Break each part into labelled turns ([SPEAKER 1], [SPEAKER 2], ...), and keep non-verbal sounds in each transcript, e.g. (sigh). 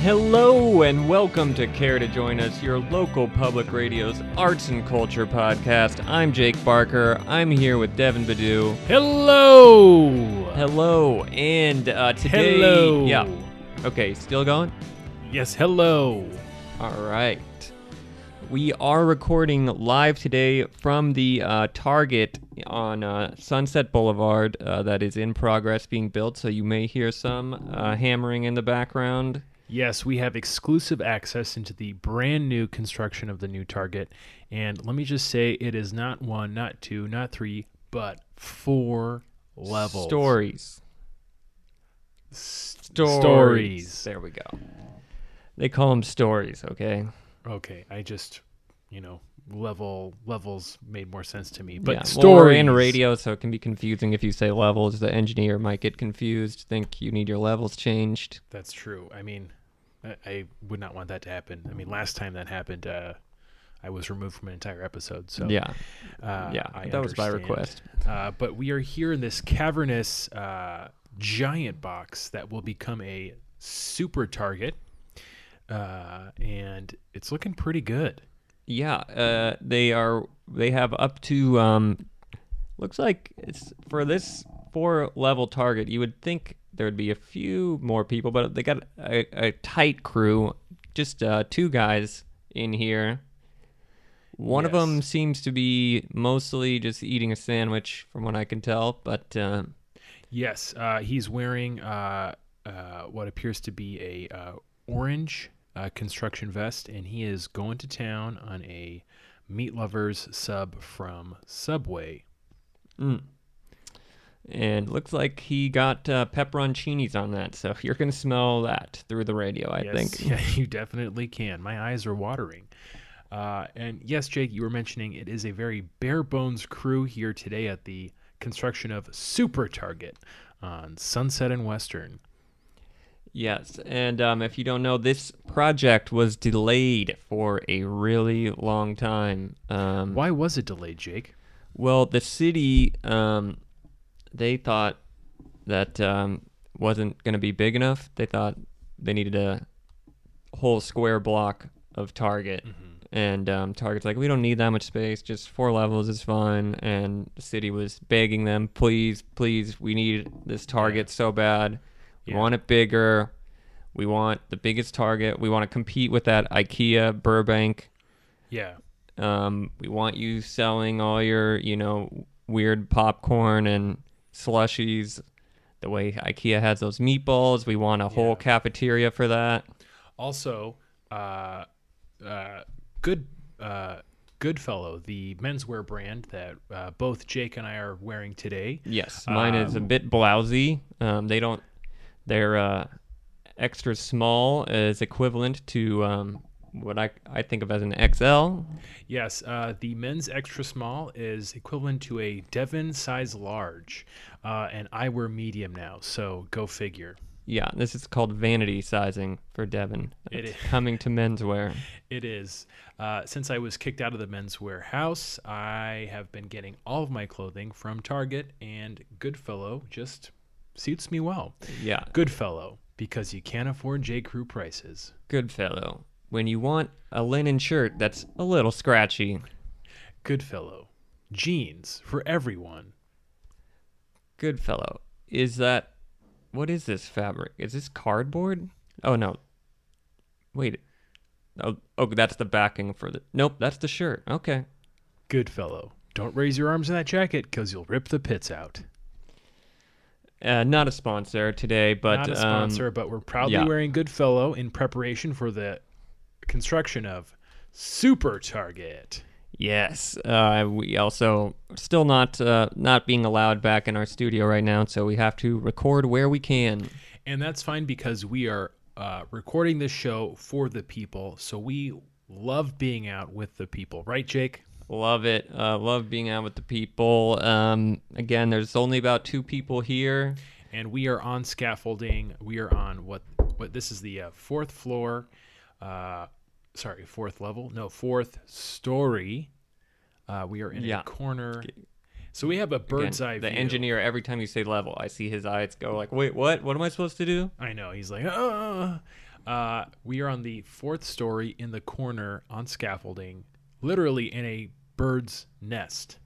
[SPEAKER 1] Hello and welcome to Care to Join Us, your local public radio's arts and culture podcast. I'm Jake Barker. I'm here with Devin Badu.
[SPEAKER 2] Hello.
[SPEAKER 1] Hello, and uh, today,
[SPEAKER 2] Hello.
[SPEAKER 1] yeah, okay, still going.
[SPEAKER 2] Yes, hello.
[SPEAKER 1] All right, we are recording live today from the uh, Target on uh, Sunset Boulevard uh, that is in progress being built. So you may hear some uh, hammering in the background.
[SPEAKER 2] Yes, we have exclusive access into the brand new construction of the new Target. And let me just say it is not one, not two, not three, but four levels.
[SPEAKER 1] Stories. Stories.
[SPEAKER 2] Stories.
[SPEAKER 1] There we go. They call them stories, okay?
[SPEAKER 2] Okay, I just, you know, level levels made more sense to me. But
[SPEAKER 1] yeah.
[SPEAKER 2] stories
[SPEAKER 1] Well, we're in radio, so it can be confusing if you say levels. The engineer might get confused, think you need your levels changed.
[SPEAKER 2] That's true. I mean, I, I would not want that to happen. I mean, last time that happened, uh, I was removed from an entire episode. So
[SPEAKER 1] yeah,
[SPEAKER 2] uh,
[SPEAKER 1] yeah.
[SPEAKER 2] I
[SPEAKER 1] that was by
[SPEAKER 2] understand.
[SPEAKER 1] request.
[SPEAKER 2] Uh, but we are here in this cavernous uh, giant box that will become a super target. Uh, and it's looking pretty good.
[SPEAKER 1] Yeah, uh, they are. They have up to. Um, looks like it's for this four level target. You would think there would be a few more people, but they got a, a tight crew. Just uh, two guys in here. One of
[SPEAKER 2] Yes.
[SPEAKER 1] them seems to be mostly just eating a sandwich, from what I can tell. But uh,
[SPEAKER 2] Yes, uh, he's wearing uh, uh, what appears to be a uh, orange uh, construction vest, and he is going to town on a meat lovers sub from Subway.
[SPEAKER 1] and looks like he got uh, pepperoncinis on that, so (laughs) you're gonna smell that through the radio, I think.
[SPEAKER 2] (laughs) Yeah, you definitely can. My eyes are watering. Uh, and yes, Jake, you were mentioning it is a very bare bones crew here today at the construction of Super Target on Sunset and Western.
[SPEAKER 1] Yes, and um, if you don't know, this project was delayed for a really long time. Um,
[SPEAKER 2] Why was it delayed, Jake?
[SPEAKER 1] well, the city, um, they thought that um, wasn't going to be big enough. They thought they needed a whole square block of Target. And um, Target's like, we don't need that much space. Just four levels is fine. And the city was begging them, please, please, we need this Target so bad. We
[SPEAKER 2] Yeah.
[SPEAKER 1] want it bigger. We want the biggest Target. We want to compete with that IKEA Burbank.
[SPEAKER 2] Yeah.
[SPEAKER 1] Um, we want you selling all your, you know, weird popcorn and slushies the way IKEA has those meatballs. We want a whole
[SPEAKER 2] Yeah.
[SPEAKER 1] cafeteria for that.
[SPEAKER 2] Also, uh, uh, good uh, Goodfellow, the menswear brand that uh, both Jake and I are wearing today.
[SPEAKER 1] Yes, mine is a bit blousy. Um, they don't, they're uh, extra small is equivalent to um, what I, I think of as an XL.
[SPEAKER 2] Yes, uh, the men's extra small is equivalent to a Devon size large, uh, and I wear medium now, so go figure.
[SPEAKER 1] Yeah, this is called vanity sizing for Devin.
[SPEAKER 2] It
[SPEAKER 1] It's
[SPEAKER 2] is.
[SPEAKER 1] coming to menswear.
[SPEAKER 2] It is. Uh, since I was kicked out of the men's warehouse, I have been getting all of my clothing from Target, and Goodfellow just suits me well.
[SPEAKER 1] Yeah,
[SPEAKER 2] Goodfellow, because you can't afford J. Crew prices.
[SPEAKER 1] good fellow. When you want a linen shirt that's a little scratchy,
[SPEAKER 2] Goodfellow, jeans for everyone.
[SPEAKER 1] good fellow. Is that, what is this fabric? Is this cardboard? Oh, no. Wait. Oh, oh, that's the backing for the. Nope, that's the shirt. Okay.
[SPEAKER 2] Goodfellow, don't raise your arms in that jacket, because you'll rip the pits out.
[SPEAKER 1] Uh, not a sponsor today, but
[SPEAKER 2] not a
[SPEAKER 1] um,
[SPEAKER 2] sponsor, but we're proudly
[SPEAKER 1] yeah.
[SPEAKER 2] wearing Goodfellow in preparation for the construction of Super Target.
[SPEAKER 1] yes, uh, we also still not uh, not being allowed back in our studio right now, so we have to record where we can.
[SPEAKER 2] And that's fine because we are uh, recording this show for the people, so we love being out with the people, right, Jake?
[SPEAKER 1] Love it. Uh, love being out with the people. Um, again, there's only about two people here.
[SPEAKER 2] And we are on scaffolding. We are on what? What? This is the uh, fourth floor. Uh, sorry, fourth level. No, fourth story. Uh, we are in
[SPEAKER 1] Yeah.
[SPEAKER 2] a corner. So we have a bird's eye
[SPEAKER 1] And the
[SPEAKER 2] view.
[SPEAKER 1] engineer, every
[SPEAKER 2] Ah.
[SPEAKER 1] time you say level, I see his eyes go like, "Wait, what? What am I supposed to do?"
[SPEAKER 2] I know. He's like, uh, Uh, we are on the fourth story in the corner on scaffolding, literally in a bird's nest.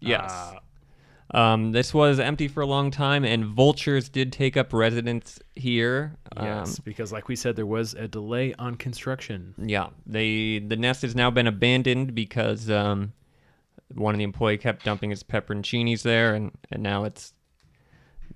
[SPEAKER 1] Yes.
[SPEAKER 2] Uh,
[SPEAKER 1] Um, this was empty for a long time, and vultures did take up residence here. Um,
[SPEAKER 2] yes, because like we said, there was a delay on construction.
[SPEAKER 1] Um, yeah. They the nest has now been abandoned because um, one of the employee kept dumping his pepperoncinis there, and and now it's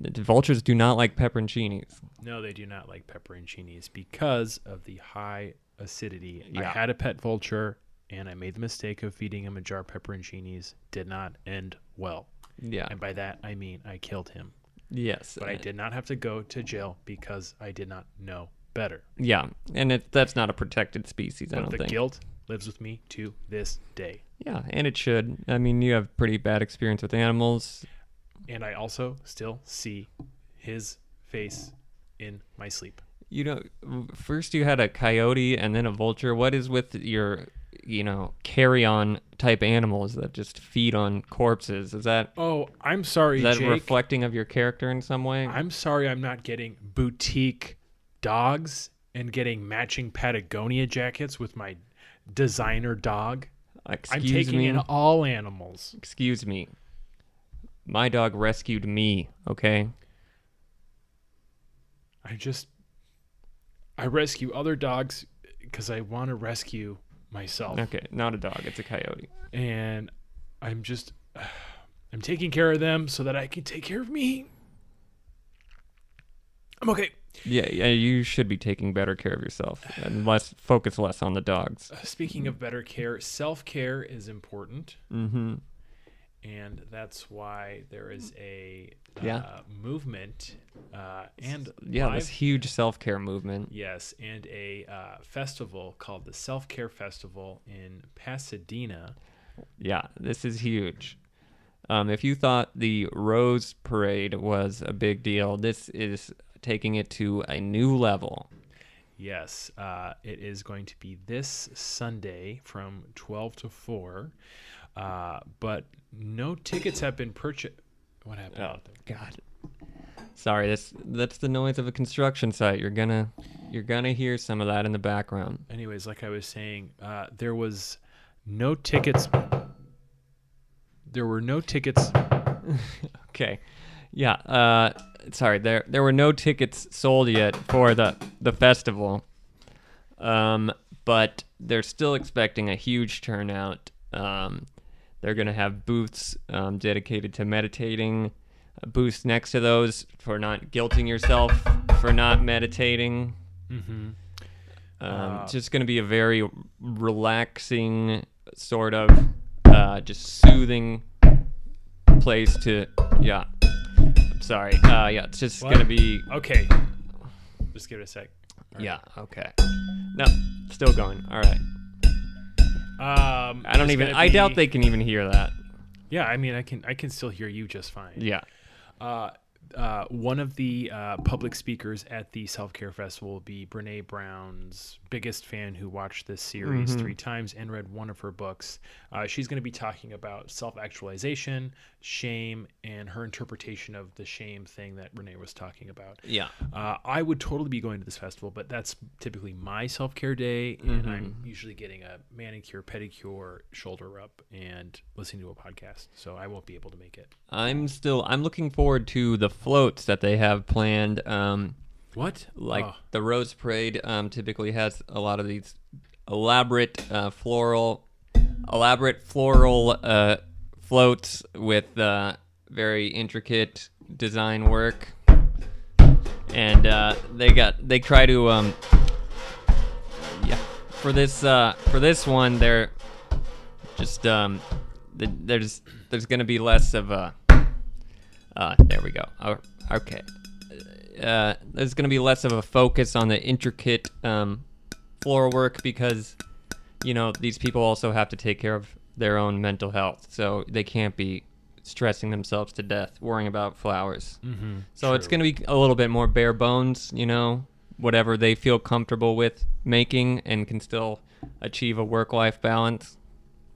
[SPEAKER 1] the vultures do not like pepperoncinis.
[SPEAKER 2] No, they do not like pepperoncinis because of the high acidity.
[SPEAKER 1] Yeah.
[SPEAKER 2] I had a pet vulture and I made the mistake of feeding him a jar of pepperoncinis. Did not end well.
[SPEAKER 1] Yeah.
[SPEAKER 2] And by that, I mean I killed him.
[SPEAKER 1] Yes.
[SPEAKER 2] But I did not have to go to jail because I did not know better.
[SPEAKER 1] Yeah, and it, that's not a protected species. I
[SPEAKER 2] But
[SPEAKER 1] don't
[SPEAKER 2] the
[SPEAKER 1] think.
[SPEAKER 2] guilt lives with me to this day.
[SPEAKER 1] Yeah, and it should. I mean, you have pretty bad experience with animals.
[SPEAKER 2] And I also still see his face in my sleep.
[SPEAKER 1] You know, first you had a coyote and then a vulture. What is with your, you know, carrion type animals that just feed on corpses? Is that
[SPEAKER 2] Oh, I'm sorry,
[SPEAKER 1] is that
[SPEAKER 2] Jake.
[SPEAKER 1] reflecting of your character in some way?
[SPEAKER 2] I'm sorry I'm not getting boutique dogs and getting matching Patagonia jackets with my designer dog.
[SPEAKER 1] Excuse
[SPEAKER 2] I'm taking
[SPEAKER 1] me.
[SPEAKER 2] in all animals.
[SPEAKER 1] Excuse me. My dog rescued me. Okay.
[SPEAKER 2] I just I rescue other dogs because I want to rescue myself.
[SPEAKER 1] Okay. Not a dog. It's a coyote.
[SPEAKER 2] And I'm just (sighs) I'm taking care of them so that I can take care of me. I'm okay.
[SPEAKER 1] Yeah, yeah, you should be taking better care of yourself and less focus less on the
[SPEAKER 2] Uh,
[SPEAKER 1] dogs.
[SPEAKER 2] Speaking of better care, self-care is important.
[SPEAKER 1] hmm
[SPEAKER 2] and that's why there is a uh,
[SPEAKER 1] Yeah.
[SPEAKER 2] movement uh, and
[SPEAKER 1] Yeah,
[SPEAKER 2] live-
[SPEAKER 1] this huge self care movement.
[SPEAKER 2] yes, and a uh, festival called the Self Care Festival in Pasadena.
[SPEAKER 1] Yeah, this is huge. Um, if you thought the Rose Parade was a big deal, this is taking it to a new level.
[SPEAKER 2] Yes, uh, it is going to be this Sunday from twelve to four, uh, but no tickets have been purchased. What happened? out there?
[SPEAKER 1] God, sorry, that's that's the noise of a construction site. You're gonna you're gonna hear some of that in the background.
[SPEAKER 2] Anyways, like I was saying, uh, there was no tickets. There were no tickets
[SPEAKER 1] Okay. Yeah. Uh, sorry. There there were no tickets sold yet for the the festival, um, but they're still expecting a huge turnout. Um, they're gonna have booths um, dedicated to meditating, booths next to those for not guilting yourself for not meditating. Um, it's just going to be a very relaxing, sort of, uh, just soothing place to. Yeah. I'm sorry. Uh, yeah, it's just
[SPEAKER 2] What?
[SPEAKER 1] going to be.
[SPEAKER 2] Okay. Just give it a sec.
[SPEAKER 1] Yeah. Okay. No, still going. All right.
[SPEAKER 2] Um,
[SPEAKER 1] I don't
[SPEAKER 2] it's
[SPEAKER 1] even.
[SPEAKER 2] gonna
[SPEAKER 1] I doubt
[SPEAKER 2] be-
[SPEAKER 1] they can even hear that.
[SPEAKER 2] Yeah, I mean, I can I can still hear you just fine.
[SPEAKER 1] Yeah.
[SPEAKER 2] Uh, uh, one of the uh, public speakers at the self care festival will be Brene Brown's biggest fan, who watched this series
[SPEAKER 1] Mm-hmm.
[SPEAKER 2] three times and read one of her books. Uh, she's going to be talking about self actualization, shame, and her interpretation of the shame thing that Brene was talking about.
[SPEAKER 1] Yeah.
[SPEAKER 2] Uh, I would totally be going to this festival, but that's typically my self care day, and I'm
[SPEAKER 1] Mm-hmm.
[SPEAKER 2] usually getting a manicure, pedicure, shoulder rub, and listening to a podcast. So I won't be able to make it.
[SPEAKER 1] I'm still. I'm looking forward to the floats that they have planned. Um,
[SPEAKER 2] What?
[SPEAKER 1] like
[SPEAKER 2] Oh,
[SPEAKER 1] the Rose Parade um, typically has a lot of these elaborate uh, floral, elaborate floral uh, floats with uh, very intricate design work, and uh, they got they try to um, yeah for this uh, for this one they're just um th- there's there's gonna be less of a uh there we go Oh, okay uh, there's going to be less of a focus on the intricate um, floor work because, you know, these people also have to take care of their own mental health. So they can't be stressing themselves to death worrying about flowers. Mm-hmm, so it's going to be a little bit more bare bones, you know, whatever they feel comfortable with making and can still achieve a work life balance.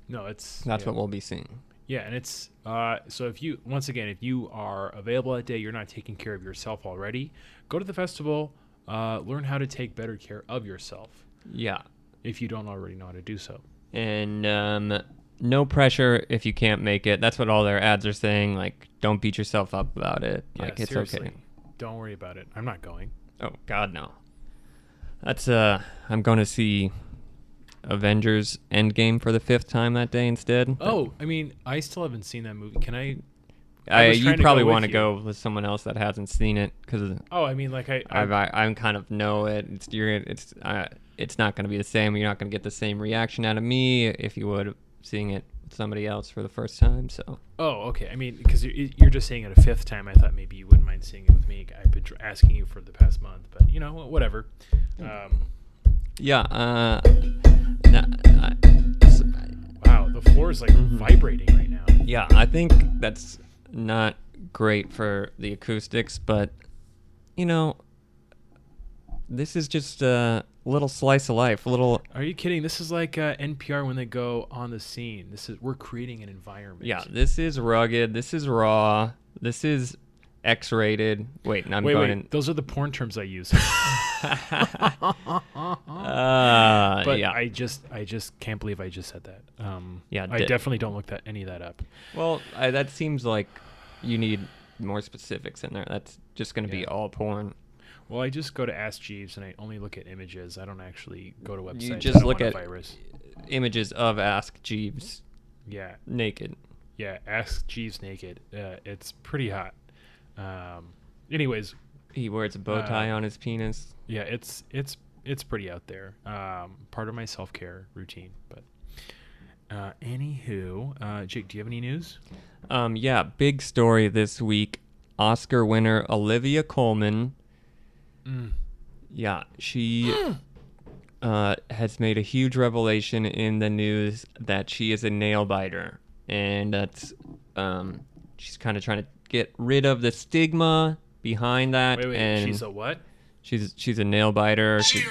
[SPEAKER 2] no, it's
[SPEAKER 1] That's
[SPEAKER 2] yeah.
[SPEAKER 1] what we'll be seeing.
[SPEAKER 2] Yeah, and it's uh, so if you once again if you are available that day, you're not taking care of yourself already. Go to the festival. uh, learn how to take better care of yourself
[SPEAKER 1] Yeah.
[SPEAKER 2] if you don't already know how to do so.
[SPEAKER 1] and um, no pressure if you can't make it. That's what all their ads are saying. Like, don't beat yourself up about it.
[SPEAKER 2] Yeah,
[SPEAKER 1] like, it's
[SPEAKER 2] seriously.
[SPEAKER 1] okay.
[SPEAKER 2] Don't worry about it. I'm not going.
[SPEAKER 1] Oh God, no. That's uh, I'm going to see Avengers Endgame for the fifth time that day instead.
[SPEAKER 2] Oh, I mean, I still haven't seen that movie. Can I? I
[SPEAKER 1] I,
[SPEAKER 2] was
[SPEAKER 1] you
[SPEAKER 2] trying to
[SPEAKER 1] probably
[SPEAKER 2] go with
[SPEAKER 1] want to
[SPEAKER 2] you.
[SPEAKER 1] go with someone else that hasn't seen it because
[SPEAKER 2] Oh, I mean, like I. I
[SPEAKER 1] I, I I'm kind of know it. It's you're it's uh, it's not going to be the same. You're not going to get the same reaction out of me if you would seeing it with somebody else for the first time. So
[SPEAKER 2] oh, okay. I mean, because you're, you're just saying it a fifth time. I thought maybe you wouldn't mind seeing it with me. I've been tr- asking you for the past month, but you know, whatever.
[SPEAKER 1] Hmm.
[SPEAKER 2] Um,
[SPEAKER 1] yeah, uh, nah, I- s-
[SPEAKER 2] wow, the floor is like
[SPEAKER 1] Mm-hmm.
[SPEAKER 2] vibrating right now.
[SPEAKER 1] yeah, I think that's not great for the acoustics, but you know, this is just a little slice of life, a little
[SPEAKER 2] Are you kidding? This is like uh, NPR when they go on the scene. This is we're creating an environment.
[SPEAKER 1] Yeah, this is rugged. This is raw. This is X-rated. Wait, no, I'm
[SPEAKER 2] wait,
[SPEAKER 1] going.
[SPEAKER 2] wait.
[SPEAKER 1] in-
[SPEAKER 2] Those are the porn terms I use.
[SPEAKER 1] (laughs) Uh,
[SPEAKER 2] but
[SPEAKER 1] yeah.
[SPEAKER 2] I just, I just can't believe I just said that. Um,
[SPEAKER 1] Yeah,
[SPEAKER 2] I
[SPEAKER 1] d-
[SPEAKER 2] definitely don't look that any of that up.
[SPEAKER 1] well, I, that seems like you need more specifics in there. That's just going to
[SPEAKER 2] Yeah.
[SPEAKER 1] be all porn.
[SPEAKER 2] Well, I just go to Ask Jeeves and I only look at images. I don't actually go to websites. I
[SPEAKER 1] just
[SPEAKER 2] don't
[SPEAKER 1] look
[SPEAKER 2] want a
[SPEAKER 1] at-
[SPEAKER 2] virus.
[SPEAKER 1] Images of Ask Jeeves
[SPEAKER 2] Yeah,
[SPEAKER 1] naked.
[SPEAKER 2] yeah. Ask Jeeves naked. Uh, it's pretty hot. Um, anyways,
[SPEAKER 1] He wears a bow
[SPEAKER 2] Uh,
[SPEAKER 1] tie on his penis.
[SPEAKER 2] yeah, it's it's it's pretty out there. Um, part of my self care routine. But uh, anywho, uh, Jake, do you have any news?
[SPEAKER 1] Um, yeah, big story this week. Oscar winner Olivia Coleman.
[SPEAKER 2] Mm.
[SPEAKER 1] Yeah, she uh, has made a huge revelation in the news that she is a nail biter, and that's um, she's kind of trying to get rid of the stigma behind that.
[SPEAKER 2] Wait, wait.
[SPEAKER 1] and
[SPEAKER 2] she's a what?
[SPEAKER 1] she's she's a nail biter. She-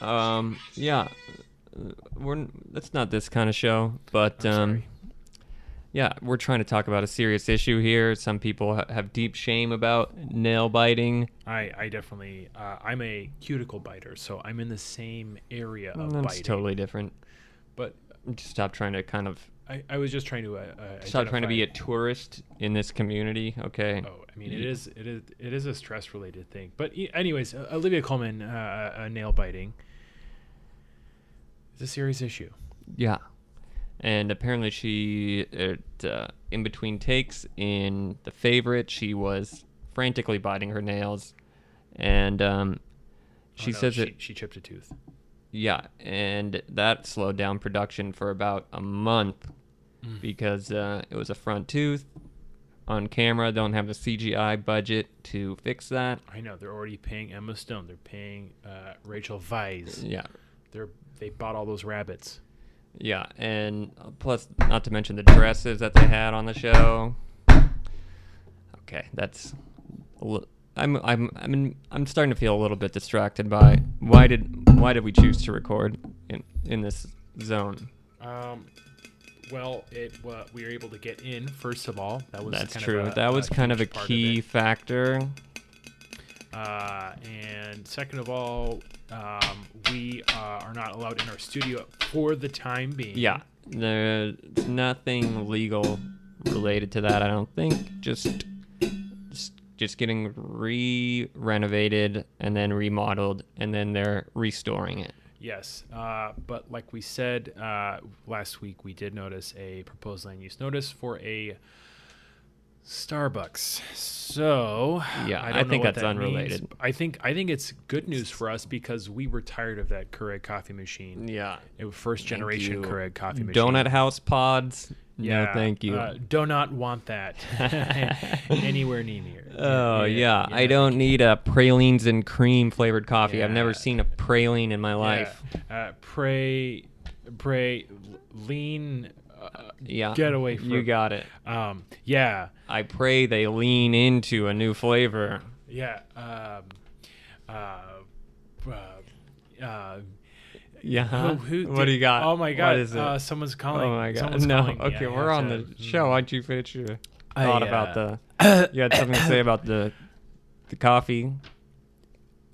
[SPEAKER 1] um, yeah, uh, we're n- that's not this kind of show, but
[SPEAKER 2] I'm
[SPEAKER 1] um,
[SPEAKER 2] sorry.
[SPEAKER 1] yeah, we're trying to talk about a serious issue here. Some people ha- have deep shame about nail biting.
[SPEAKER 2] I, I definitely uh, I'm a cuticle biter, so I'm in the same area of
[SPEAKER 1] That's
[SPEAKER 2] biting.
[SPEAKER 1] totally different.
[SPEAKER 2] But
[SPEAKER 1] Just stop trying to kind of
[SPEAKER 2] I, I was just trying to uh, uh,
[SPEAKER 1] stop trying to be a
[SPEAKER 2] identify-
[SPEAKER 1] tourist in this community. Okay.
[SPEAKER 2] Oh, I mean, it is it is it is a stress related thing. But e- anyways, uh, Olivia Coleman, uh, uh, nail biting. It's a serious issue. Oh,
[SPEAKER 1] Yeah. And apparently, she it, uh, in between takes in the favorite, she was frantically biting her nails, and um,
[SPEAKER 2] Oh,
[SPEAKER 1] she
[SPEAKER 2] no,
[SPEAKER 1] says
[SPEAKER 2] she,
[SPEAKER 1] it.
[SPEAKER 2] she chipped a tooth.
[SPEAKER 1] Yeah, and that slowed down production for about a month because uh, it was a front tooth on camera. Don't have the CGI budget to fix that.
[SPEAKER 2] I know they're already paying Emma Stone. They're paying uh, Rachel Weisz.
[SPEAKER 1] Yeah,
[SPEAKER 2] They're they bought all those rabbits.
[SPEAKER 1] yeah, and uh, plus, not to mention the dresses that they had on the show. Okay, that's. a li- I'm I'm I mean I'm starting to feel a little bit distracted by why did why did we choose to record in in this zone?
[SPEAKER 2] Um, well, it wa we were able to get in first of all. That was
[SPEAKER 1] That's
[SPEAKER 2] kind
[SPEAKER 1] true.
[SPEAKER 2] Of a,
[SPEAKER 1] that was kind of a
[SPEAKER 2] huge part
[SPEAKER 1] key
[SPEAKER 2] it.
[SPEAKER 1] factor.
[SPEAKER 2] Uh, and second of all, um, we uh, are not allowed in our studio for the time being.
[SPEAKER 1] Yeah, there's nothing legal related to that. I don't think. Just, just, just getting re-renovated and then remodeled, and then they're restoring it.
[SPEAKER 2] Yes, uh, but like we said uh, last week, we did notice a proposed land use notice for a Starbucks. So
[SPEAKER 1] Yeah,
[SPEAKER 2] don't
[SPEAKER 1] I
[SPEAKER 2] know
[SPEAKER 1] think
[SPEAKER 2] what
[SPEAKER 1] that's
[SPEAKER 2] that means.
[SPEAKER 1] unrelated.
[SPEAKER 2] I think I think it's good news for us because we were tired of that Keurig coffee machine.
[SPEAKER 1] Yeah.
[SPEAKER 2] It was first generation
[SPEAKER 1] you.
[SPEAKER 2] Keurig coffee machine.
[SPEAKER 1] Donut house pods. No, thank you.
[SPEAKER 2] Uh, do not
[SPEAKER 1] (laughs)
[SPEAKER 2] want that (laughs) anywhere near. me.
[SPEAKER 1] oh yeah, I don't need a pralines and cream flavored coffee. I've
[SPEAKER 2] Yeah.
[SPEAKER 1] never seen a praline in my life.
[SPEAKER 2] Uh, pray, pray, lean. Uh,
[SPEAKER 1] Yeah.
[SPEAKER 2] Get away from-
[SPEAKER 1] You got it.
[SPEAKER 2] um, yeah,
[SPEAKER 1] I pray they lean into a new flavor.
[SPEAKER 2] yeah. Um, uh, uh, uh,
[SPEAKER 1] (laughs) Yeah.
[SPEAKER 2] who, who
[SPEAKER 1] what
[SPEAKER 2] did-
[SPEAKER 1] do you got?
[SPEAKER 2] Oh my
[SPEAKER 1] What
[SPEAKER 2] god!
[SPEAKER 1] is it?
[SPEAKER 2] Uh, someone's calling.
[SPEAKER 1] oh my god.
[SPEAKER 2] Someone's
[SPEAKER 1] No.
[SPEAKER 2] calling me.
[SPEAKER 1] Okay,
[SPEAKER 2] I
[SPEAKER 1] we're
[SPEAKER 2] have
[SPEAKER 1] on
[SPEAKER 2] to-
[SPEAKER 1] the show. Why'd you finish your
[SPEAKER 2] mm. I,
[SPEAKER 1] thought
[SPEAKER 2] uh, (coughs)
[SPEAKER 1] about the? You had something to say about the the coffee.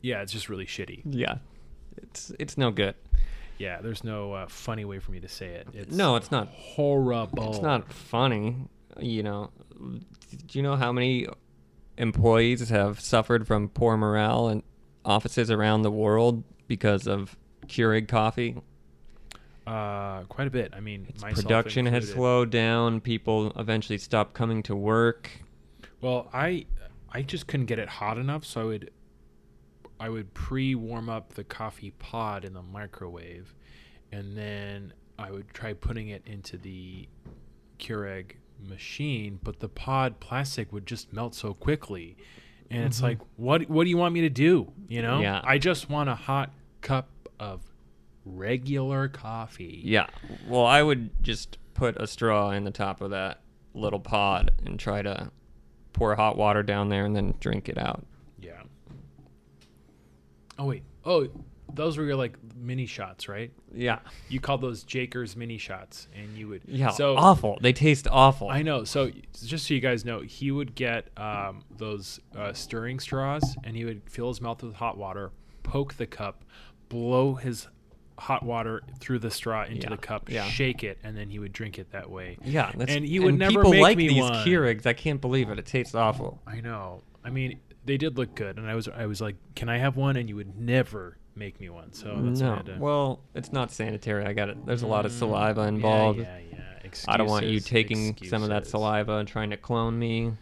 [SPEAKER 2] Yeah, it's just really shitty.
[SPEAKER 1] Yeah, it's it's no good.
[SPEAKER 2] Yeah, there's no uh, funny way for me to say it. It's
[SPEAKER 1] No, it's not.
[SPEAKER 2] horrible.
[SPEAKER 1] It's not funny. You know, do you know how many employees have suffered from poor morale in offices around the world because of Keurig coffee?
[SPEAKER 2] uh, quite a bit. I mean, myself
[SPEAKER 1] Production has
[SPEAKER 2] included.
[SPEAKER 1] slowed down. People eventually stopped coming to work.
[SPEAKER 2] Well, I I just couldn't get it hot enough, so I would I would pre warm up the coffee pod in the microwave, and then I would try putting it into the Keurig machine, but the pod plastic would just melt so quickly, and it's like, what what do you want me to do? You know,
[SPEAKER 1] Yeah.
[SPEAKER 2] I just want a hot cup of regular coffee.
[SPEAKER 1] Yeah. Well, I would just put a straw in the top of that little pod and try to pour hot water down there and then drink it out.
[SPEAKER 2] Yeah. Oh wait. Oh, those were your like mini shots, right?
[SPEAKER 1] Yeah.
[SPEAKER 2] You called those Jakers mini shots, and you would.
[SPEAKER 1] Yeah.
[SPEAKER 2] So
[SPEAKER 1] awful. They taste awful.
[SPEAKER 2] I know. So just so you guys know, he would get um, those uh, stirring straws, and he would fill his mouth with hot water, poke the cup, blow his hot water through the straw into
[SPEAKER 1] Yeah,
[SPEAKER 2] the cup,
[SPEAKER 1] yeah.
[SPEAKER 2] shake it, and then he would drink it that way.
[SPEAKER 1] yeah. That's,
[SPEAKER 2] and he would never
[SPEAKER 1] people
[SPEAKER 2] make
[SPEAKER 1] like
[SPEAKER 2] me
[SPEAKER 1] these
[SPEAKER 2] one.
[SPEAKER 1] Keurigs. I can't believe it. It tastes awful.
[SPEAKER 2] I know. I mean, they did look good, and I was I was like, "Can I have one?" And you would never make me one. So that's why I
[SPEAKER 1] no.
[SPEAKER 2] had to-
[SPEAKER 1] Well, it's not sanitary. I got it. There's a lot of saliva involved.
[SPEAKER 2] Yeah, yeah, yeah.
[SPEAKER 1] I don't want you
[SPEAKER 2] Excuses,
[SPEAKER 1] taking some of that
[SPEAKER 2] excuses.
[SPEAKER 1] saliva and trying to clone me,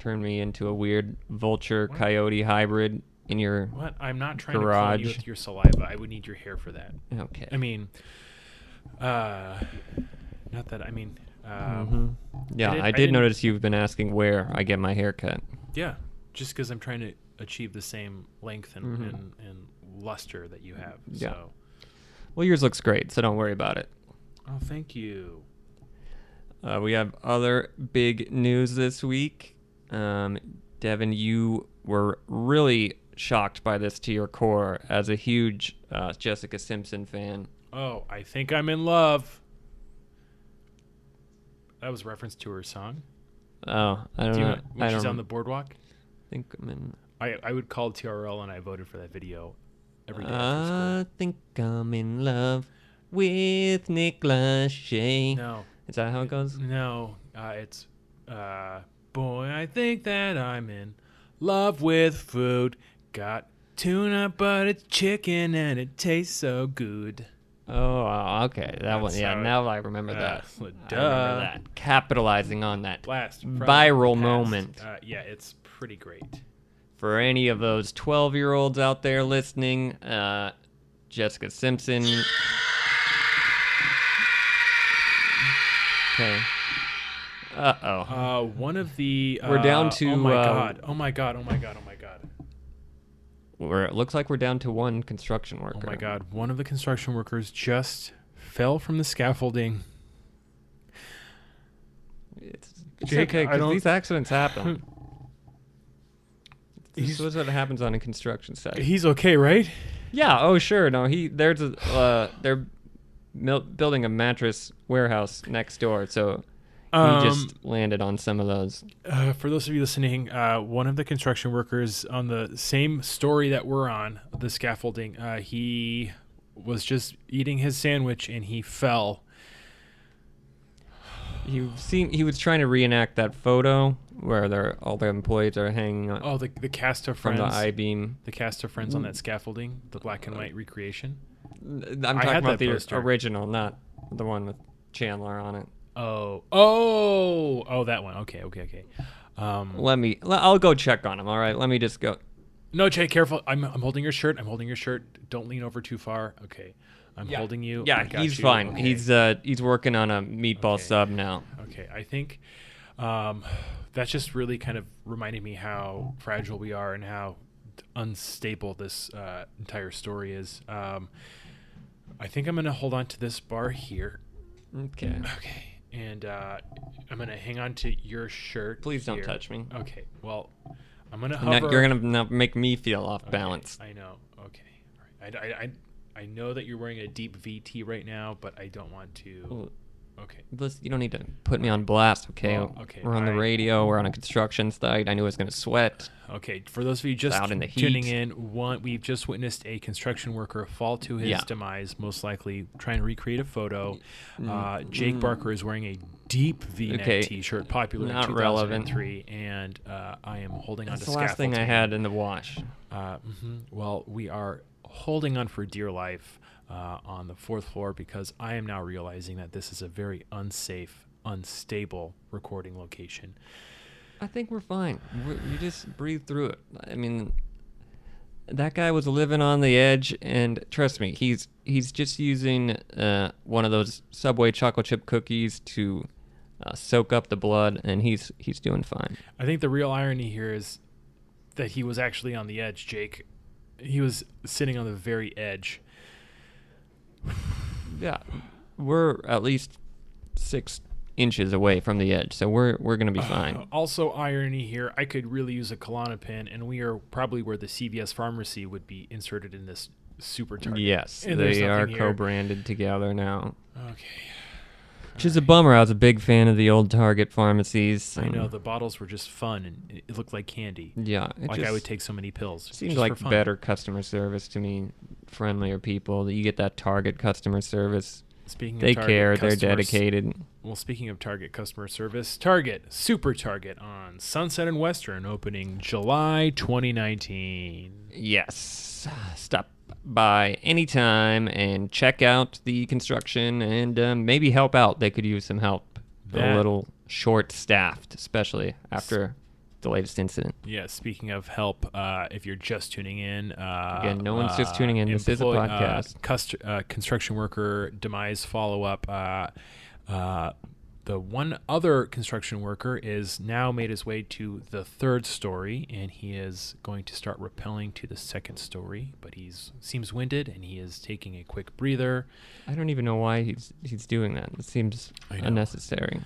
[SPEAKER 1] turn me into a weird vulture coyote hybrid in your.
[SPEAKER 2] What? I'm not trying to clone you
[SPEAKER 1] Garage.
[SPEAKER 2] with your saliva. I would need your hair for that.
[SPEAKER 1] Okay.
[SPEAKER 2] I mean, uh, not that. I mean, um,
[SPEAKER 1] Mm-hmm. Yeah,
[SPEAKER 2] did-
[SPEAKER 1] I
[SPEAKER 2] I
[SPEAKER 1] did
[SPEAKER 2] didn't-
[SPEAKER 1] notice you've been asking where I get my hair cut.
[SPEAKER 2] yeah. Just because I'm trying to achieve the same length and, and, and luster that you have.
[SPEAKER 1] Mm-hmm. Yeah.
[SPEAKER 2] So.
[SPEAKER 1] Well, yours looks great, so don't worry about it.
[SPEAKER 2] Oh, thank you.
[SPEAKER 1] Uh, we have other big news this week. Um, Devin, you were really shocked by this to your core as a huge uh, Jessica Simpson fan.
[SPEAKER 2] Oh, I think I'm in love. That was a reference to her song.
[SPEAKER 1] Oh, I don't
[SPEAKER 2] Do you
[SPEAKER 1] know.
[SPEAKER 2] know
[SPEAKER 1] I
[SPEAKER 2] when she's
[SPEAKER 1] don't
[SPEAKER 2] on the boardwalk?
[SPEAKER 1] think I'm in.
[SPEAKER 2] I I would call TRL and I voted for that video every day. after school.
[SPEAKER 1] I think I'm in love with Nicolas Shea.
[SPEAKER 2] No,
[SPEAKER 1] Is that how it goes?
[SPEAKER 2] no, uh, it's uh, boy. I think that I'm in love with food. Got tuna, but it's chicken, and it tastes so good.
[SPEAKER 1] Oh, uh, okay. That one.
[SPEAKER 2] That's
[SPEAKER 1] Yeah,
[SPEAKER 2] how it-
[SPEAKER 1] now I remember
[SPEAKER 2] Uh,
[SPEAKER 1] that.
[SPEAKER 2] well,
[SPEAKER 1] I remember
[SPEAKER 2] duh.
[SPEAKER 1] that. Capitalizing on that.
[SPEAKER 2] Blast from the
[SPEAKER 1] Viral
[SPEAKER 2] past.
[SPEAKER 1] moment.
[SPEAKER 2] Uh, yeah, it's pretty great.
[SPEAKER 1] For any of those 12 year olds out there listening, uh, Jessica Simpson. Okay. Uh oh.
[SPEAKER 2] Uh, one of the
[SPEAKER 1] We're down
[SPEAKER 2] uh,
[SPEAKER 1] to,
[SPEAKER 2] oh my
[SPEAKER 1] uh,
[SPEAKER 2] god, oh my god, oh my god, oh my god,
[SPEAKER 1] We're, it looks like we're down to one construction worker.
[SPEAKER 2] oh my god. One of the construction workers just fell from the scaffolding.
[SPEAKER 1] It's, it's
[SPEAKER 2] Jake,
[SPEAKER 1] okay
[SPEAKER 2] I
[SPEAKER 1] because
[SPEAKER 2] don't-
[SPEAKER 1] these accidents happen.
[SPEAKER 2] (laughs)
[SPEAKER 1] this is what happens on a construction site.
[SPEAKER 2] He's okay, right?
[SPEAKER 1] Yeah. Oh, sure. No, he there's a uh, they're mil- building a mattress warehouse next door, so he
[SPEAKER 2] Um,
[SPEAKER 1] just landed on some of those.
[SPEAKER 2] Uh, for those of you listening, uh, one of the construction workers on the same story that we're on, the scaffolding, uh, he was just eating his sandwich and he fell.
[SPEAKER 1] He seemed he was trying to reenact that photo where they're all the employees are hanging on
[SPEAKER 2] Oh, the, the cast of
[SPEAKER 1] from
[SPEAKER 2] friends.
[SPEAKER 1] the I beam.
[SPEAKER 2] the cast of friends on that scaffolding, the black and white recreation.
[SPEAKER 1] I'm
[SPEAKER 2] had
[SPEAKER 1] talking
[SPEAKER 2] that
[SPEAKER 1] about the
[SPEAKER 2] poster.
[SPEAKER 1] original, not the one with Chandler on it.
[SPEAKER 2] Oh, oh, oh, that one. Okay, okay, okay. Um,
[SPEAKER 1] Let me. l- I'll go check on him. All right. Let me just go.
[SPEAKER 2] no, Jay, careful. I'm, I'm holding your shirt. I'm holding your shirt. Don't lean over too far. Okay. I'm
[SPEAKER 1] Yeah.
[SPEAKER 2] holding you. I
[SPEAKER 1] Yeah,
[SPEAKER 2] got
[SPEAKER 1] he's
[SPEAKER 2] you.
[SPEAKER 1] fine.
[SPEAKER 2] Okay.
[SPEAKER 1] He's uh he's working on a meatball
[SPEAKER 2] Okay.
[SPEAKER 1] sub now.
[SPEAKER 2] Okay, I think um, that just really kind of reminded me how fragile we are and how unstable this uh, entire story is. Um, I think I'm going to hold on to this bar here.
[SPEAKER 1] Okay.
[SPEAKER 2] Okay. And uh, I'm going to hang on to your shirt.
[SPEAKER 1] Please don't
[SPEAKER 2] here.
[SPEAKER 1] touch me.
[SPEAKER 2] Okay, well, I'm going to
[SPEAKER 1] Now,
[SPEAKER 2] hover.
[SPEAKER 1] you're gonna now make me feel off
[SPEAKER 2] Okay,
[SPEAKER 1] balance.
[SPEAKER 2] I know. Okay. All right. I, I, I, I know that you're wearing a deep VT right now, but I don't want to.
[SPEAKER 1] Ooh.
[SPEAKER 2] Okay.
[SPEAKER 1] Let's, you don't need to put me on blast, okay?
[SPEAKER 2] Well, Oh, okay,
[SPEAKER 1] We're on the
[SPEAKER 2] I-
[SPEAKER 1] radio. We're on a construction site. I knew I was going to sweat.
[SPEAKER 2] Okay, for those of you just
[SPEAKER 1] Out in the
[SPEAKER 2] tuning
[SPEAKER 1] heat.
[SPEAKER 2] in, one we've just witnessed a construction worker fall to his
[SPEAKER 1] Yeah.
[SPEAKER 2] demise, most likely trying to recreate a photo. Uh, Jake Barker is wearing a deep V-neck
[SPEAKER 1] Okay,
[SPEAKER 2] T-shirt, popular
[SPEAKER 1] not
[SPEAKER 2] in
[SPEAKER 1] relevant.
[SPEAKER 2] 2003, and uh, I am holding
[SPEAKER 1] That's
[SPEAKER 2] on
[SPEAKER 1] the
[SPEAKER 2] to
[SPEAKER 1] last thing I
[SPEAKER 2] scaffolding.
[SPEAKER 1] had in the wash.
[SPEAKER 2] Uh, mhm. Well, we are holding on for dear life uh, on the fourth floor because I am now realizing that this is a very unsafe, unstable recording location.
[SPEAKER 1] I think we're fine. we you just breathe through it. I mean, that guy was living on the edge, and trust me, he's he's just using uh, one of those Subway chocolate chip cookies to uh, soak up the blood, and he's he's doing fine.
[SPEAKER 2] I think the real irony here is that he was actually on the edge, Jake. He was sitting on the very edge.
[SPEAKER 1] Yeah, we're at least six inches away from the edge, so we're we're gonna be
[SPEAKER 2] Oh,
[SPEAKER 1] fine.
[SPEAKER 2] Also, irony here, I could really use a Klonopin, and we are probably where the CVS pharmacy would be inserted in this super target.
[SPEAKER 1] Yes,
[SPEAKER 2] And there's
[SPEAKER 1] they are
[SPEAKER 2] nothing here.
[SPEAKER 1] co-branded together now,
[SPEAKER 2] Okay.
[SPEAKER 1] which is a bummer. I was a big fan of the old Target pharmacies.
[SPEAKER 2] I
[SPEAKER 1] and-
[SPEAKER 2] know the bottles were just fun, and it looked like candy.
[SPEAKER 1] Yeah, it
[SPEAKER 2] like I
[SPEAKER 1] just-
[SPEAKER 2] would take so many pills.
[SPEAKER 1] Seems
[SPEAKER 2] just for
[SPEAKER 1] like
[SPEAKER 2] fun.
[SPEAKER 1] better customer service to me, friendlier people. You get that Target customer service.
[SPEAKER 2] Speaking
[SPEAKER 1] They
[SPEAKER 2] of Mm, Target
[SPEAKER 1] care. They're
[SPEAKER 2] customers-
[SPEAKER 1] dedicated.
[SPEAKER 2] Well, speaking of Target customer service, Target Super Target on Sunset and Western, opening July 2019.
[SPEAKER 1] Yes. Stop by anytime and check out the construction and um, maybe help out. They could use some help. They're
[SPEAKER 2] That-
[SPEAKER 1] a little short staffed, especially after the latest incident.
[SPEAKER 2] Yeah, speaking of help, uh, if you're just tuning in, uh,
[SPEAKER 1] Again, no one's just tuning in. This is a
[SPEAKER 2] employ-
[SPEAKER 1] podcast.
[SPEAKER 2] Uh, cust- uh, construction worker demise follow up. Uh, uh, the one other construction worker is now made his way to the third story, and he is going to start rappelling to the second story. But he's seems winded, and he is taking a quick breather.
[SPEAKER 1] I don't even know why he's he's doing that. It seems
[SPEAKER 2] I know.
[SPEAKER 1] unnecessary.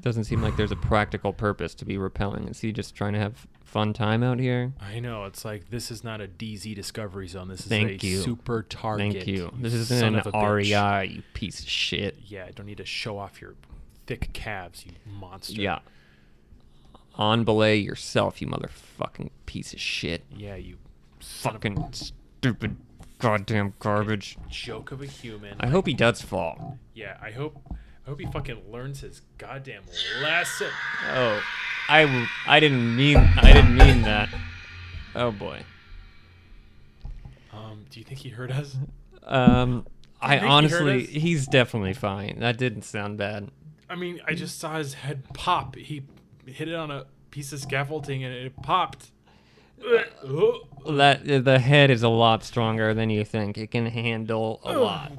[SPEAKER 1] Doesn't seem like there's a practical purpose to be repelling. Is he just trying to have fun time out here?
[SPEAKER 2] I know it's like this is not a DZ Discovery Zone. This is
[SPEAKER 1] Thank
[SPEAKER 2] a
[SPEAKER 1] you.
[SPEAKER 2] super target.
[SPEAKER 1] Thank you. This
[SPEAKER 2] son
[SPEAKER 1] isn't
[SPEAKER 2] of a
[SPEAKER 1] an E
[SPEAKER 2] bitch.
[SPEAKER 1] REI, you piece of shit.
[SPEAKER 2] Yeah, I don't need to show off your thick calves, you monster.
[SPEAKER 1] Yeah. On belay yourself, you motherfucking piece of shit.
[SPEAKER 2] Yeah, you son of
[SPEAKER 1] Fucking stupid goddamn garbage.
[SPEAKER 2] a joke of a human.
[SPEAKER 1] I hope he does fall.
[SPEAKER 2] yeah, I hope I hope he fucking learns his goddamn lesson.
[SPEAKER 1] Oh, I, w- I didn't mean I didn't mean that. Oh boy.
[SPEAKER 2] Um, do you think he heard us?
[SPEAKER 1] Um, I
[SPEAKER 2] think he heard
[SPEAKER 1] honestly,
[SPEAKER 2] us?
[SPEAKER 1] he's definitely fine. That didn't sound bad.
[SPEAKER 2] I mean, I just saw his head pop. He hit it on a piece of scaffolding and it popped.
[SPEAKER 1] Uh,
[SPEAKER 2] Oh,
[SPEAKER 1] That the head is a lot stronger than you think. It can handle a lot.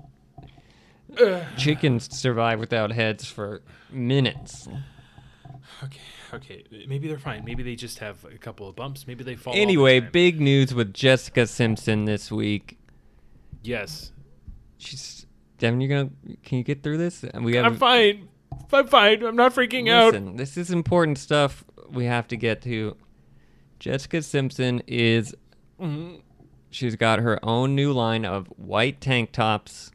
[SPEAKER 1] Chickens survive without heads for minutes.
[SPEAKER 2] Okay, okay. Maybe they're fine. Maybe they just have a couple of bumps. Maybe they fall. all the
[SPEAKER 1] Anyway,
[SPEAKER 2] time.
[SPEAKER 1] big news with Jessica Simpson this week.
[SPEAKER 2] Yes,
[SPEAKER 1] She's Devin. You're gonna can you get through this? We have
[SPEAKER 2] I'm fine. I'm fine. I'm not freaking out.
[SPEAKER 1] Listen, this is important stuff we have to get to. Jessica Simpson is. She's got her own new line of white tank tops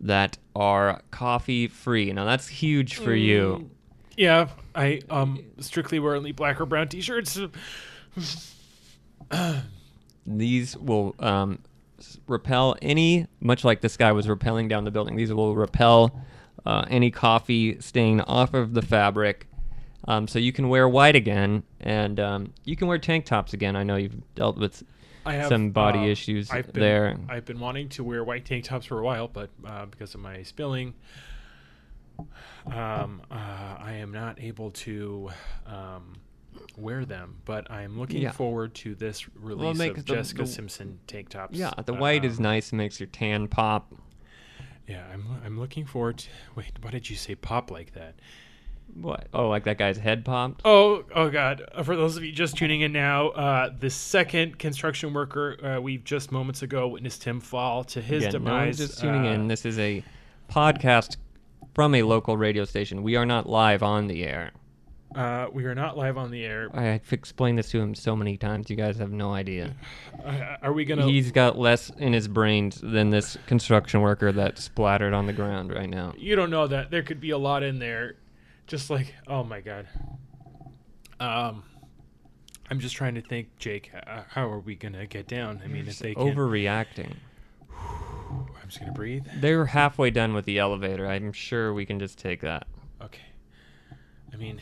[SPEAKER 1] that are coffee free. Now, that's huge for
[SPEAKER 2] Mm.
[SPEAKER 1] you.
[SPEAKER 2] Yeah, I um strictly wear only black or brown t-shirts.
[SPEAKER 1] These will um, s- repel any, much like this guy was repelling down the building, these will repel uh, any coffee stain off of the fabric. Um, so you can wear white again, and um, you can wear tank tops again. I know you've dealt with
[SPEAKER 2] I have
[SPEAKER 1] some body
[SPEAKER 2] uh,
[SPEAKER 1] issues
[SPEAKER 2] I've been,
[SPEAKER 1] there.
[SPEAKER 2] I've been wanting to wear white tank tops for a while, but uh, because of my spilling, um, uh, I am not able to um, wear them. But I am looking
[SPEAKER 1] Yeah.
[SPEAKER 2] forward to this release
[SPEAKER 1] make
[SPEAKER 2] of
[SPEAKER 1] the-
[SPEAKER 2] Jessica
[SPEAKER 1] the-
[SPEAKER 2] Simpson tank tops.
[SPEAKER 1] yeah, the white
[SPEAKER 2] Uh,
[SPEAKER 1] is nice, makes your tan pop.
[SPEAKER 2] Yeah, I'm I'm looking forward. To, wait, why did you say pop like that?
[SPEAKER 1] What? Oh, like that guy's head popped.
[SPEAKER 2] Oh, oh God! Uh, For those of you just tuning in now, uh, the second construction worker uh, we've just moments ago witnessed him fall to his
[SPEAKER 1] Again, no one's
[SPEAKER 2] demise.
[SPEAKER 1] just tuning
[SPEAKER 2] uh,
[SPEAKER 1] in. This is a podcast from a local radio station. We are not live on the air.
[SPEAKER 2] Uh, we are not live on the air.
[SPEAKER 1] I- I've explained this to him so many times. You guys have no idea.
[SPEAKER 2] Uh, are we gonna?
[SPEAKER 1] He's got less in his brains than this construction worker that's splattered on the ground right now.
[SPEAKER 2] You don't know that there could be a lot in there. Just like, oh my god. Um, I'm just trying to think, Jake. Uh, how are we gonna get down? I mean, if they can,
[SPEAKER 1] Overreacting.
[SPEAKER 2] I'm just gonna breathe.
[SPEAKER 1] They're halfway done with the elevator. I'm sure we can just take that.
[SPEAKER 2] Okay. I mean,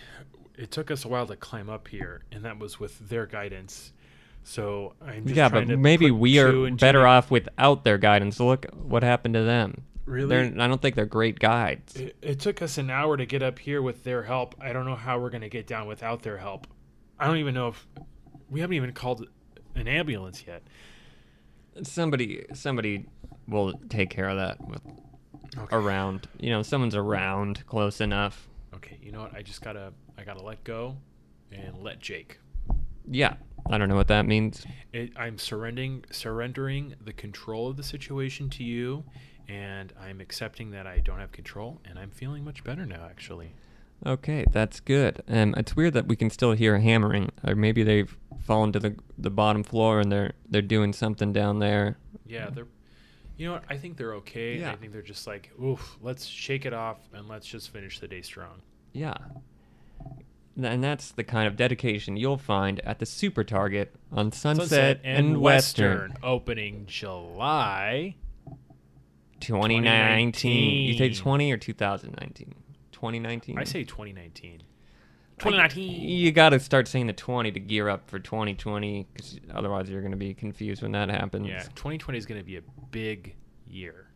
[SPEAKER 2] it took us a while to climb up here, and that was with their guidance. So I'm just
[SPEAKER 1] yeah,
[SPEAKER 2] trying
[SPEAKER 1] but
[SPEAKER 2] to
[SPEAKER 1] maybe
[SPEAKER 2] put
[SPEAKER 1] we
[SPEAKER 2] two
[SPEAKER 1] are
[SPEAKER 2] and two
[SPEAKER 1] better
[SPEAKER 2] to-
[SPEAKER 1] off without their guidance. Look what happened to them.
[SPEAKER 2] Really?
[SPEAKER 1] They're, I don't think they're great guides.
[SPEAKER 2] It, it took us an hour to get up here with their help. I don't know how we're going to get down without their help. I don't even know if we haven't even called an ambulance yet.
[SPEAKER 1] Somebody, somebody will take care of that with
[SPEAKER 2] Okay.
[SPEAKER 1] around. You know, someone's around close enough.
[SPEAKER 2] Okay, you know what? I just got to I got to let go and let Jake.
[SPEAKER 1] Yeah, I don't know what that means.
[SPEAKER 2] It, I'm surrendering surrendering the control of the situation to you and I'm accepting that I don't have control and I'm feeling much better now actually.
[SPEAKER 1] Okay, that's good. Um, it's weird that we can still hear hammering, or maybe they've fallen to the the bottom floor and they're they're doing something down there.
[SPEAKER 2] Yeah, they're you know what? I think they're okay.
[SPEAKER 1] Yeah.
[SPEAKER 2] I think they're just like, "Oof, let's shake it off and let's just finish the day strong."
[SPEAKER 1] Yeah. And that's the kind of dedication you'll find at the Super Target on Sunset, and, Western,
[SPEAKER 2] opening July.
[SPEAKER 1] 2019. You say 20 or 2019? 2019.
[SPEAKER 2] I say 2019.
[SPEAKER 1] (laughs)
[SPEAKER 2] 2019.
[SPEAKER 1] You got to start saying the 20 to gear up for 2020 cuz otherwise you're going to be confused when that happens.
[SPEAKER 2] Yeah, 2020 is going to be a big year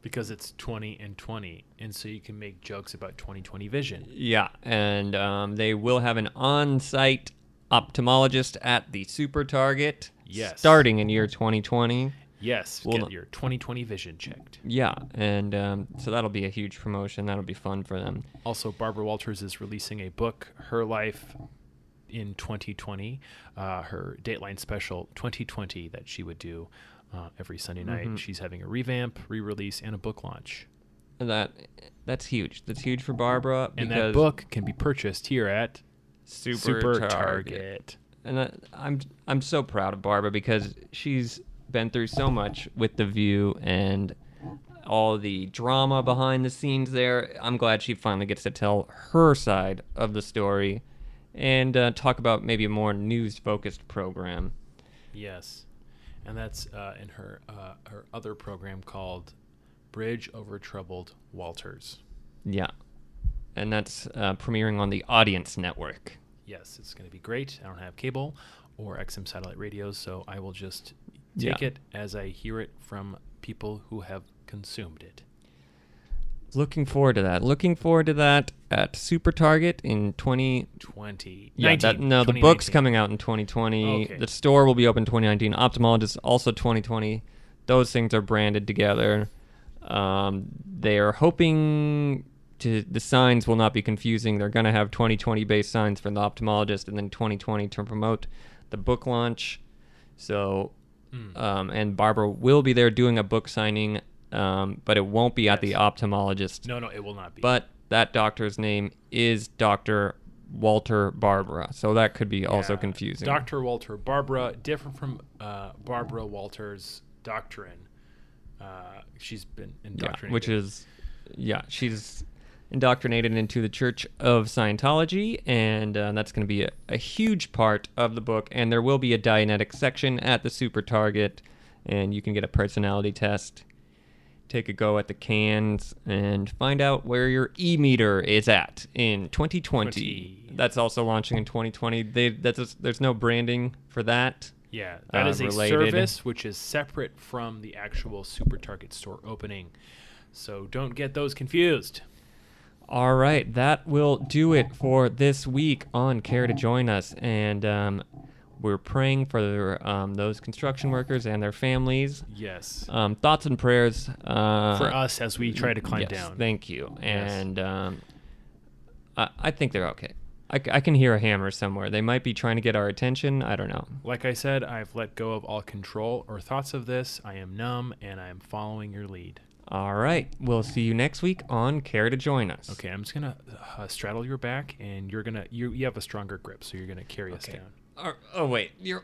[SPEAKER 2] because it's 20 and 20, and so you can make jokes about 2020 vision.
[SPEAKER 1] Yeah, and um, they will have an on-site optometrist at the Super Target
[SPEAKER 2] Yes.
[SPEAKER 1] starting in year 2020.
[SPEAKER 2] Yes,
[SPEAKER 1] Well,
[SPEAKER 2] get
[SPEAKER 1] no-
[SPEAKER 2] your 2020 vision checked.
[SPEAKER 1] Yeah, and um, so that'll be a huge promotion. That'll be fun for them.
[SPEAKER 2] Also, Barbara Walters is releasing a book, her life in 2020, uh, her Dateline special 2020 that she would do uh, every Sunday night.
[SPEAKER 1] Mm-hmm.
[SPEAKER 2] She's having a revamp, re-release, and a book launch.
[SPEAKER 1] And that that's huge. That's huge for Barbara
[SPEAKER 2] and
[SPEAKER 1] because
[SPEAKER 2] that book can be purchased here at
[SPEAKER 1] Super,
[SPEAKER 2] Super Target.
[SPEAKER 1] and I, I'm I'm so proud of Barbara because she's been through so much with the View and all the drama behind the scenes there. I'm glad she finally gets to tell her side of the story and uh, talk about maybe a more news focused program.
[SPEAKER 2] Yes, and that's uh, in her uh, her other program called Bridge Over Troubled Walters.
[SPEAKER 1] Yeah, and that's uh, premiering on the Audience Network.
[SPEAKER 2] Yes, it's going to be great. I don't have cable or XM satellite radios, so I will just
[SPEAKER 1] Yeah.
[SPEAKER 2] take it as I hear it from people who have consumed it.
[SPEAKER 1] Looking forward to that. Looking forward to that at Super Target in 20-
[SPEAKER 2] Twenty.
[SPEAKER 1] Yeah,
[SPEAKER 2] 19,
[SPEAKER 1] that, no, the book's
[SPEAKER 2] 2019.
[SPEAKER 1] coming out in 2020.
[SPEAKER 2] Okay.
[SPEAKER 1] The store will be open 2019. Ophthalmologist also 2020. Those things are branded together. Um, they are hoping to the signs will not be confusing. They're going to have 2020 based signs for the ophthalmologist and then 2020 to promote the book launch. So,
[SPEAKER 2] Mm.
[SPEAKER 1] um, and Barbara will be there doing a book signing, um, but it won't be at
[SPEAKER 2] Yes.
[SPEAKER 1] the ophthalmologist.
[SPEAKER 2] No, no, it will not be.
[SPEAKER 1] But that doctor's name is Dr. Walter Barbara. So that could be also
[SPEAKER 2] Yeah.
[SPEAKER 1] confusing.
[SPEAKER 2] Dr. Walter Barbara, different from uh, Barbara Walters' doctrine. Uh, she's been
[SPEAKER 1] yeah,
[SPEAKER 2] indoctrinated.
[SPEAKER 1] which is yeah, she's indoctrinated into the Church of Scientology and uh, that's going to be a, a huge part of the book and there will be a Dianetic section at the Super Target and you can get a personality test. Take a go at the cans and find out where your e meter is at in 2020.
[SPEAKER 2] 20.
[SPEAKER 1] That's also launching in 2020. They, that's there's no branding for that.
[SPEAKER 2] yeah, that
[SPEAKER 1] uh,
[SPEAKER 2] is a
[SPEAKER 1] related.
[SPEAKER 2] service which is separate from the actual Super Target store opening. So don't get those confused.
[SPEAKER 1] All right, that will do it for this week on Care to Join Us. And um, we're praying for um, those construction workers and their families.
[SPEAKER 2] Yes.
[SPEAKER 1] Um, thoughts and prayers uh,
[SPEAKER 2] For us as we try to climb
[SPEAKER 1] yes,
[SPEAKER 2] down.
[SPEAKER 1] Thank you.
[SPEAKER 2] Yes.
[SPEAKER 1] And um, I, I think they're okay. I, c- I can hear a hammer somewhere. They might be trying to get our attention. I don't know.
[SPEAKER 2] like I said, I've let go of all control or thoughts of this. I am numb and I am following your lead.
[SPEAKER 1] All right. We'll see you next week on Care to Join Us.
[SPEAKER 2] Okay, I'm just gonna uh, straddle your back, and you're gonna you you have a stronger grip, so you're gonna carry us
[SPEAKER 1] Okay.
[SPEAKER 2] down.
[SPEAKER 1] Or- oh wait, you're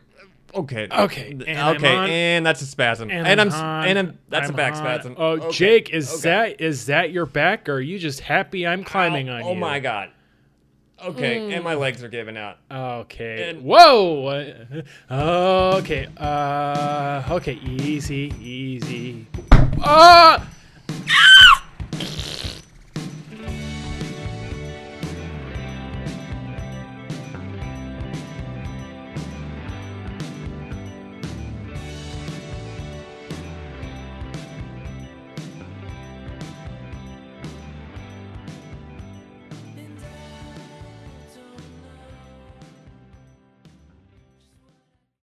[SPEAKER 1] okay.
[SPEAKER 2] Okay,
[SPEAKER 1] Th-
[SPEAKER 2] and I'm
[SPEAKER 1] okay,
[SPEAKER 2] on-
[SPEAKER 1] and that's a spasm. And, I'm, s
[SPEAKER 2] on-
[SPEAKER 1] and I'm that's
[SPEAKER 2] I'm
[SPEAKER 1] a back
[SPEAKER 2] on-
[SPEAKER 1] spasm.
[SPEAKER 2] Oh,
[SPEAKER 1] Okay,
[SPEAKER 2] Jake, is
[SPEAKER 1] okay.
[SPEAKER 2] that is that your back, or are you just happy I'm climbing
[SPEAKER 1] Ow,
[SPEAKER 2] on
[SPEAKER 1] oh
[SPEAKER 2] you?
[SPEAKER 1] my god. Okay, and
[SPEAKER 2] Mm.
[SPEAKER 1] my legs are giving out.
[SPEAKER 2] Okay.
[SPEAKER 1] And-
[SPEAKER 2] Whoa. Okay. Uh. Okay. Easy. Easy. Ah.